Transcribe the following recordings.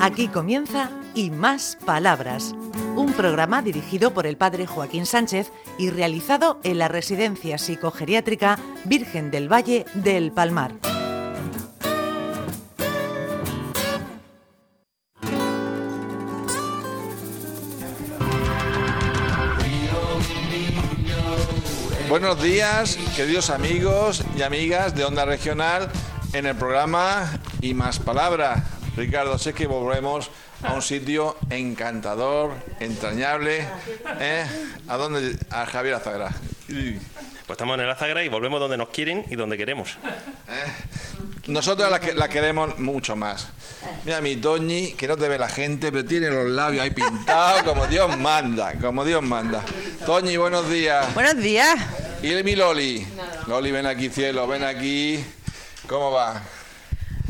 Aquí comienza Y Más Palabras, un programa dirigido por el padre Joaquín Sánchez y realizado en la Residencia Psicogeriátrica Virgen del Valle del Palmar. Buenos días, queridos amigos y amigas de Onda Regional, en el programa Y Más Palabras. Ricardo, sé que volvemos a un sitio encantador, entrañable. ¿eh? ¿A dónde? A Javier Azagra. Y, Pues estamos en el Azagra y volvemos donde nos quieren y donde queremos. Nosotros la, que- la queremos mucho más. Mira mi Toñi, que no te ve la gente, pero tiene los labios ahí pintados como Dios manda, como Dios manda. Toñi, buenos días. Buenos días. Y mi Loli. Loli, ven aquí, cielo, ven aquí. ¿Cómo va?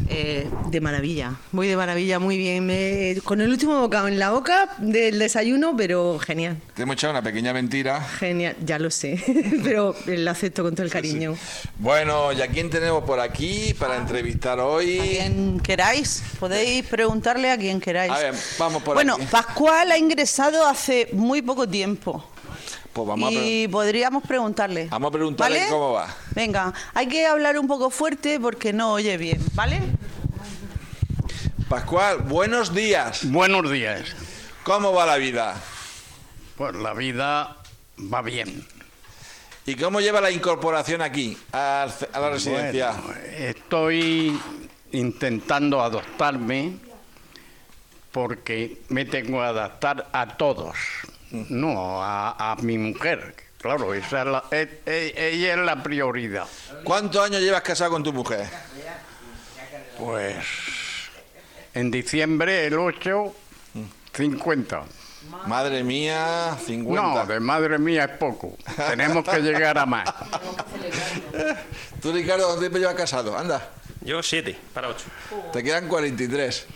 Eh, de maravilla, muy de maravilla, muy bien. Me- con el último bocado en la boca del desayuno, pero genial, Te hemos echado una pequeña mentira. genial, ya lo sé, pero la acepto con todo el cariño. Bueno, ¿y a quién tenemos por aquí Ah. para entrevistar hoy? quien queráis, podéis preguntarle a quien queráis. A ver, vamos por bueno, aquí. Pascual ha ingresado hace muy poco tiempo Pues vamos a y pre- podríamos preguntarle. Vamos a preguntarle cómo va. Venga, hay que hablar un poco fuerte porque no oye bien, ¿vale? Pascual, buenos días. Buenos días. ¿Cómo va la vida? Pues la vida va bien. ¿Y cómo lleva la incorporación aquí, al ce- a la residencia? Bueno, estoy intentando adoptarme porque me tengo que adaptar a todos, no a, a mi mujer. Claro, esa es la- e- e- ella es la prioridad. ¿Cuántos años llevas casado con tu mujer? Pues en diciembre, el 8, 50. Madre mía, 50. No, de madre mía es poco. Tenemos que llegar a más. Tú, Ricardo, ¿cuánto tiempo llevas casado? Anda, Yo siete, para ocho. te quedan 43,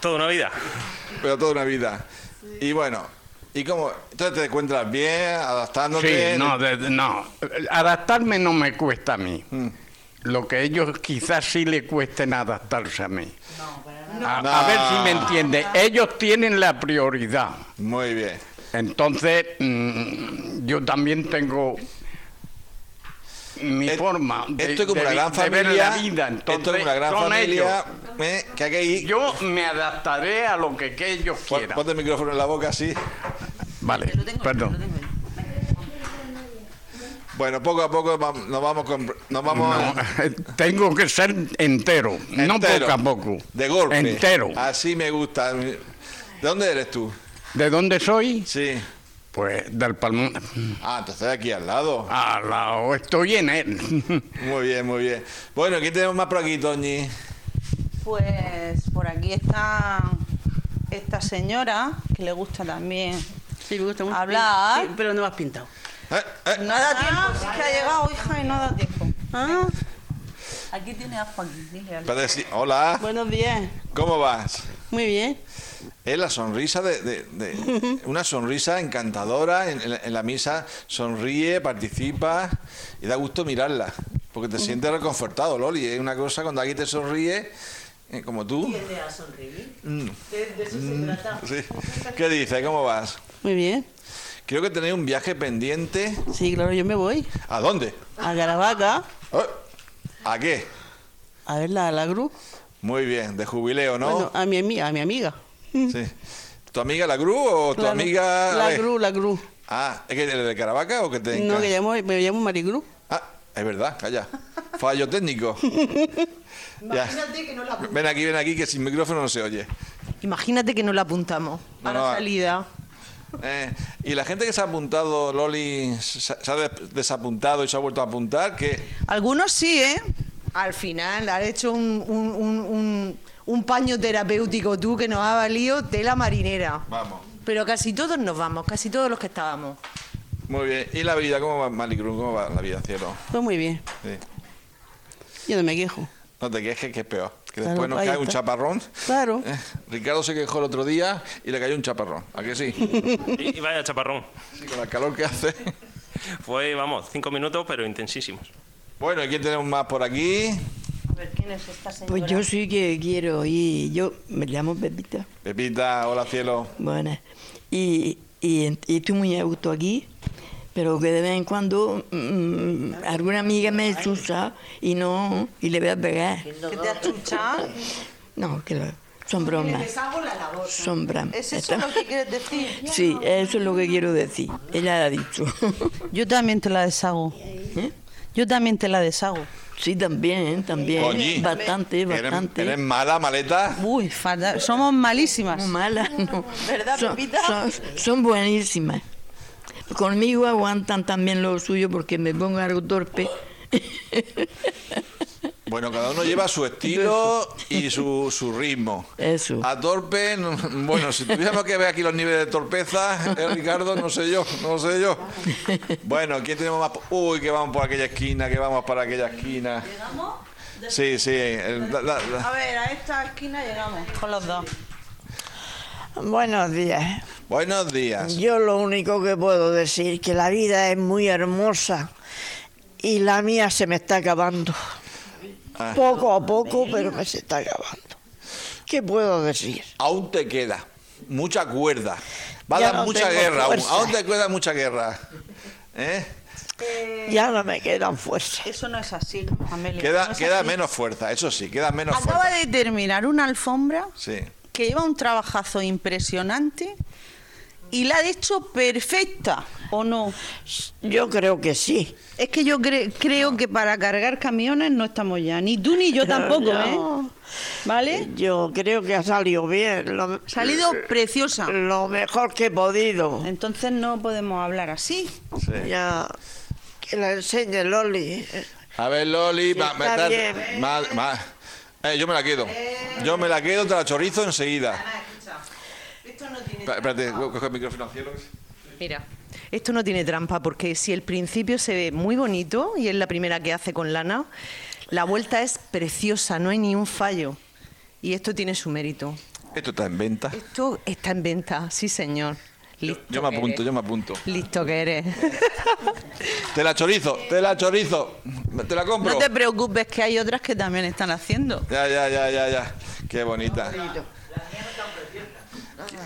Toda una vida. pero toda una vida. Y bueno, ¿y cómo? Entonces te encuentras bien, adaptándote. Sí, no, de- de- no. Adaptarme no me cuesta a mí. Mm. Lo que a ellos quizás sí le cuesten adaptarse a mí. A, a No. ver si me entiende. Ellos tienen la prioridad. Muy bien. Entonces, mm, yo también tengo mi Et- forma de, Eh, esto es como de una vi- gran de familia, ver la vida. esto es Entonces, una gran son familia eh, que hay que ir. ellos. Yo me adaptaré a lo que, que ellos Pon- quieran. Ponte el micrófono en la boca así. Vale, perdón. Bueno, poco a poco vam- nos vamos compr- nos vamos No, tengo que ser entero, no entero, poco a poco. De golpe. Ah. Entero. Así me gusta. ¿De dónde eres tú? ¿De dónde soy? Sí. Pues del Palmón. Ah, entonces aquí al lado. A la- estoy en él. Muy bien, muy bien. Bueno, ¿quién tenemos más por aquí, Toñi? Pues por aquí está esta señora que le gusta también. Sí, me gusta mucho. Hablar. Sí, pero no me has pintado. Eh, eh, No da tiempo, es que ha llegado, hija, y no da tiempo. Ah, Aquí tiene a Joaquín, dile algo. espérate, sí. Hola, buenos días. ¿cómo vas? Muy bien. Es la sonrisa de, de- de- una sonrisa encantadora en, en la- en la misa. Sonríe, participa y da gusto mirarla, porque te sientes reconfortado, Loli. Es una cosa cuando alguien te sonríe, eh, como tú. Mm. Sí. ¿Qué dices? ¿Cómo vas? Muy bien. Creo que tenéis un viaje pendiente. Sí, claro, yo me voy ¿A dónde? a Caravaca ¿Eh? ¿A qué? a ver la, la Gru. Muy bien, de jubileo, ¿no? Bueno, a mi amiga, a mi amiga. Sí. ¿Tu amiga la Gru o tu Claro. amiga...? La eh, Gru, la Gru. Ah, ¿es que eres de Caravaca o que te No, enca- que llamo, me llamo Marigru. Ah, es verdad, calla. Fallo técnico. Ya. Ven aquí, ven aquí, que sin micrófono no se oye. Imagínate que no la apuntamos No, a no, la a- salida. Eh, y la gente que se ha apuntado, Loli, se se ha des- desapuntado y se ha vuelto a apuntar, que... Algunos sí, ¿eh? Al final, has hecho un, un- un- un- un paño terapéutico tú que nos ha valido tela marinera. Vamos. Pero casi todos nos vamos, casi todos los que estábamos. Muy bien. ¿Y la vida? ¿Cómo va, Malicruz? ¿Cómo va la vida, cielo? Pues muy bien, Sí. yo no me quejo. No te quejes, que es peor. Que Claro, después nos ahí cae un está. chaparrón. Claro. Eh, Ricardo se quejó el otro día y le cayó un chaparrón. ¿A que sí? Y, y vaya chaparrón. Sí, con el calor que hace. Fue, vamos, cinco minutos, pero intensísimos. Bueno, ¿y quién tenemos más por aquí? ver quién es esta señora. Pues yo sí que quiero ir. Yo me llamo Pepita. Pepita, hola cielo. Bueno, y, y, en- y estoy muy a gusto aquí, pero que de vez en cuando mm, alguna amiga me chucha y no, y le voy a pegar. ¿Que te has chuchado? No, que lo- son bromas. Son bromas. ¿Es eso lo que quieres decir? Sí, eso es lo que quiero decir. Ella ha dicho. Yo también te la deshago. ¿Eh? Yo también te la deshago. Sí, también, también. Oye, bastante, ¿Eres- bastante. ¿Eres, mala, maleta? Uy, fatal. Somos malísimas. Muy malas, no. ¿Verdad, son, Pepita? son- son buenísimas. Conmigo aguantan también lo suyo porque me pongo algo torpe. Bueno, cada uno lleva su estilo y su, su ritmo. Eso. A torpe, no- bueno, si tuviéramos que ver aquí los niveles de torpeza, eh, Ricardo, no sé yo, no sé yo. Bueno, ¿quién tenemos más? po- Uy, que vamos por aquella esquina, que vamos para aquella esquina. ¿Llegamos? Sí, sí. eh, la- la- la- A ver, a esta esquina llegamos con los dos. Buenos días. Buenos días. Yo lo único que puedo decir que la vida es muy hermosa y la mía se me está acabando. Poco a poco, pero me se está acabando. ¿Qué puedo decir? Aún te queda mucha cuerda. Va a Ya dar no mucha tengo guerra aún. fuerza. Aún te queda mucha guerra. ¿Eh? Ya no me quedan fuerzas. Eso no es así, Amelia. Queda, No es queda así. menos fuerza, eso sí, queda menos Acaba fuerza. de terminar una alfombra Sí. que lleva un trabajazo impresionante y la ha hecho perfecta, ¿o no? Yo creo que sí. Es que yo cre- creo que para cargar camiones no estamos ya, ni tú ni yo tampoco, ¿eh? No. ¿Vale? Yo creo que ha salido bien. Lo, eh, Salido preciosa. lo mejor que he podido. Entonces no podemos hablar así. sí. Ya. Que la enseñe Loli. eh. A ver, Loli, Sí, va- me está estás- bien. ma- ma- eh, yo me la quedo. Yo me la quedo, te la chorizo enseguida. Espera- Espérate, voy a coger el micrófono al cielo. Mira, esto no tiene trampa porque si el principio se ve muy bonito y es la primera que hace con lana, la vuelta es preciosa, no hay ni un fallo. Y esto tiene su mérito. Esto está en venta. Esto está en venta, sí señor. Listo Yo me que apunto, eres. yo me apunto. Listo que eres. Te la chorizo, te la chorizo. Te la compro. No te preocupes que hay otras que también están haciendo. Ya, ya, ya, ya, ya. Qué bonita.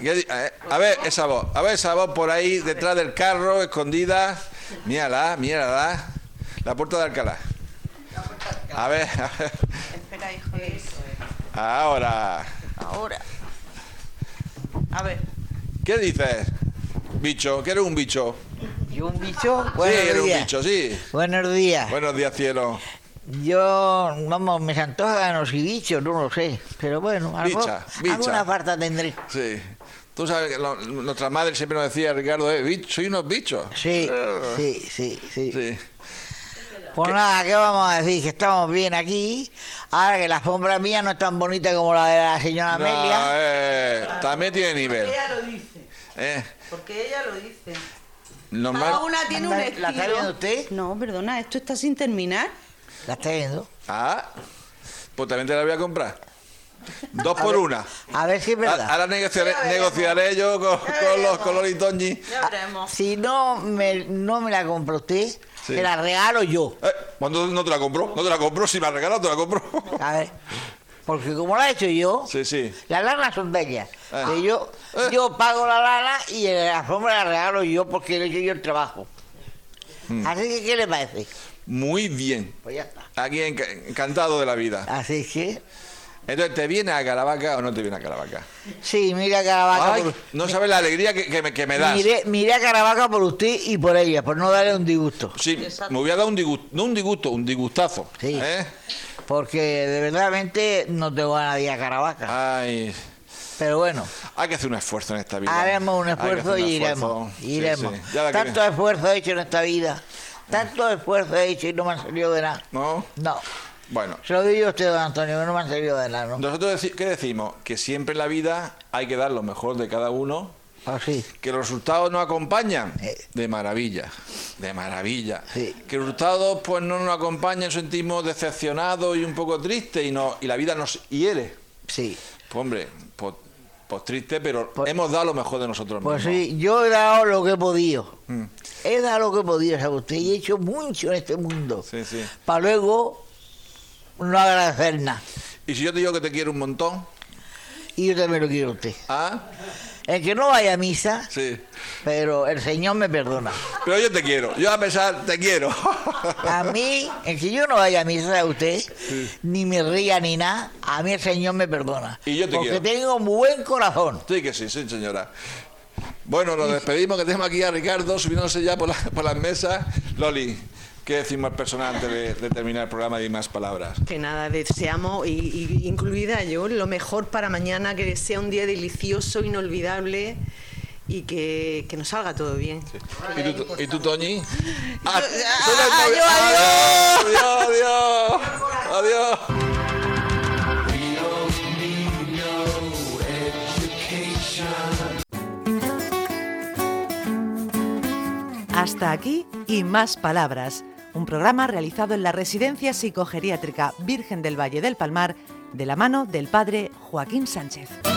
Qué di- eh, A ver esa voz, a ver esa voz por ahí detrás del carro, escondida. Mírala, mírala. La puerta de Alcalá. A ver, a ver. Espera, hijo, eso Ahora. Ahora. A ver. ¿Qué dices? Bicho, que eres un bicho. ¿Y un bicho? sí, eres Buenos un días. bicho, sí. Buenos días. Buenos días, cielo. Yo, vamos, me se antojan los bichos, no lo sé. Pero bueno, algo, Bicha, bicha. alguna farta tendré. Sí. Tú sabes que lo- nuestra madre siempre nos decía, Ricardo, eh, "Bich- soy unos bichos. Sí, sí, sí, sí. Ah. Sí. Pues nada, ¿qué vamos a decir? Que estamos bien aquí. Ahora que la alfombra mía no es tan bonita como la de la señora No, Amelia. eh, también tiene nivel. lo dice. Eh, Porque ella lo dice. Cada normal. una tiene un ¿La- la estilo. está viendo usted? No, perdona, esto está sin terminar. ¿La está viendo? Ah, pues también te la voy a comprar. Dos por una. A ver si es A- verdad. Ahora negociaré, negociaré yo con, con los colores Toñi. Ya veremos. Si no me, no me la compra usted, Sí. se la regalo yo. Eh, pues no, no te la compro, no te la compro. Si me la regalas, te la compro. A ver. Porque como la he hecho yo, Sí, sí. Las lanas son de ellas. Ah. Que yo, Eh. yo pago la lana y eh, la alfombra la regalo yo porque le he hecho yo el trabajo. Mm. Así que, ¿qué le parece? Muy bien. Pues ya está. Aquí enca- encantado de la vida. Así que, Entonces, ¿te viene a Caravaca o no te viene a Caravaca? sí, mira a Caravaca. Ay, por- no sabes la alegría que, que me, que me das. miré, miré a Caravaca por usted y por ella, por no darle un disgusto. Sí, me voy a dar un disgusto, no un disgusto, un disgustazo. Sí. ¿eh? Porque de verdaderamente no tengo a nadie a Ah. Caravaca. Ay, Pero bueno, hay que hacer un esfuerzo en esta vida. haremos un Hay que esfuerzo hacer un y esfuerzo. iremos. Sí, iremos. sí. Ya la que- Tanto esfuerzo he hecho en esta vida. Tanto esfuerzo he hecho y no me han salido de nada. ¿No? No. Bueno, Se lo digo a usted, don Antonio, que no me han servido de nada, ¿no? nosotros deci- ¿qué decimos? Que siempre en la vida hay que dar lo mejor de cada uno, Así. que los resultados nos acompañan. Eh. De maravilla, de maravilla. Sí. Que los resultados pues no nos acompañan, sentimos decepcionados y un poco tristes y, no, y la vida nos hiere. Sí. Pues hombre, pues, pues triste, pero Pues- hemos dado lo mejor de nosotros mismos. Pues sí, yo he dado lo que he podido. Mm. He dado lo que he podido, ¿sabe usted? Y he hecho mucho en este mundo. Sí, sí. Para luego no agradecer nada. Y si yo te digo que te quiero un montón, Y yo también lo quiero a usted. ¿ah? El que no vaya a misa, Sí. pero el Señor me perdona. Pero yo te quiero. Yo a pesar, te quiero. A mí, el que yo no vaya a misa a usted, ni me ría ni nada, a mí el Señor me perdona. Y yo te Porque quiero. tengo un buen corazón. Sí que sí, sí, señora. Bueno, nos despedimos, que tenemos aquí a Ricardo subiéndose ya por, la- por las mesas. Loli, ¿qué decimos al personal antes de, de terminar el programa y más palabras? Que nada, deseamos, y, y incluida yo, lo mejor para mañana, que sea un día delicioso, inolvidable y que, que nos salga todo bien. ¿Y tú, y tú, Toñi? Ah, tú eres novia- ah, adiós, adiós, adiós, adiós. Hasta aquí y más palabras, un programa realizado en la Residencia Psicogeriátrica Virgen del Valle del Palmar de la mano del padre Joaquín Sánchez.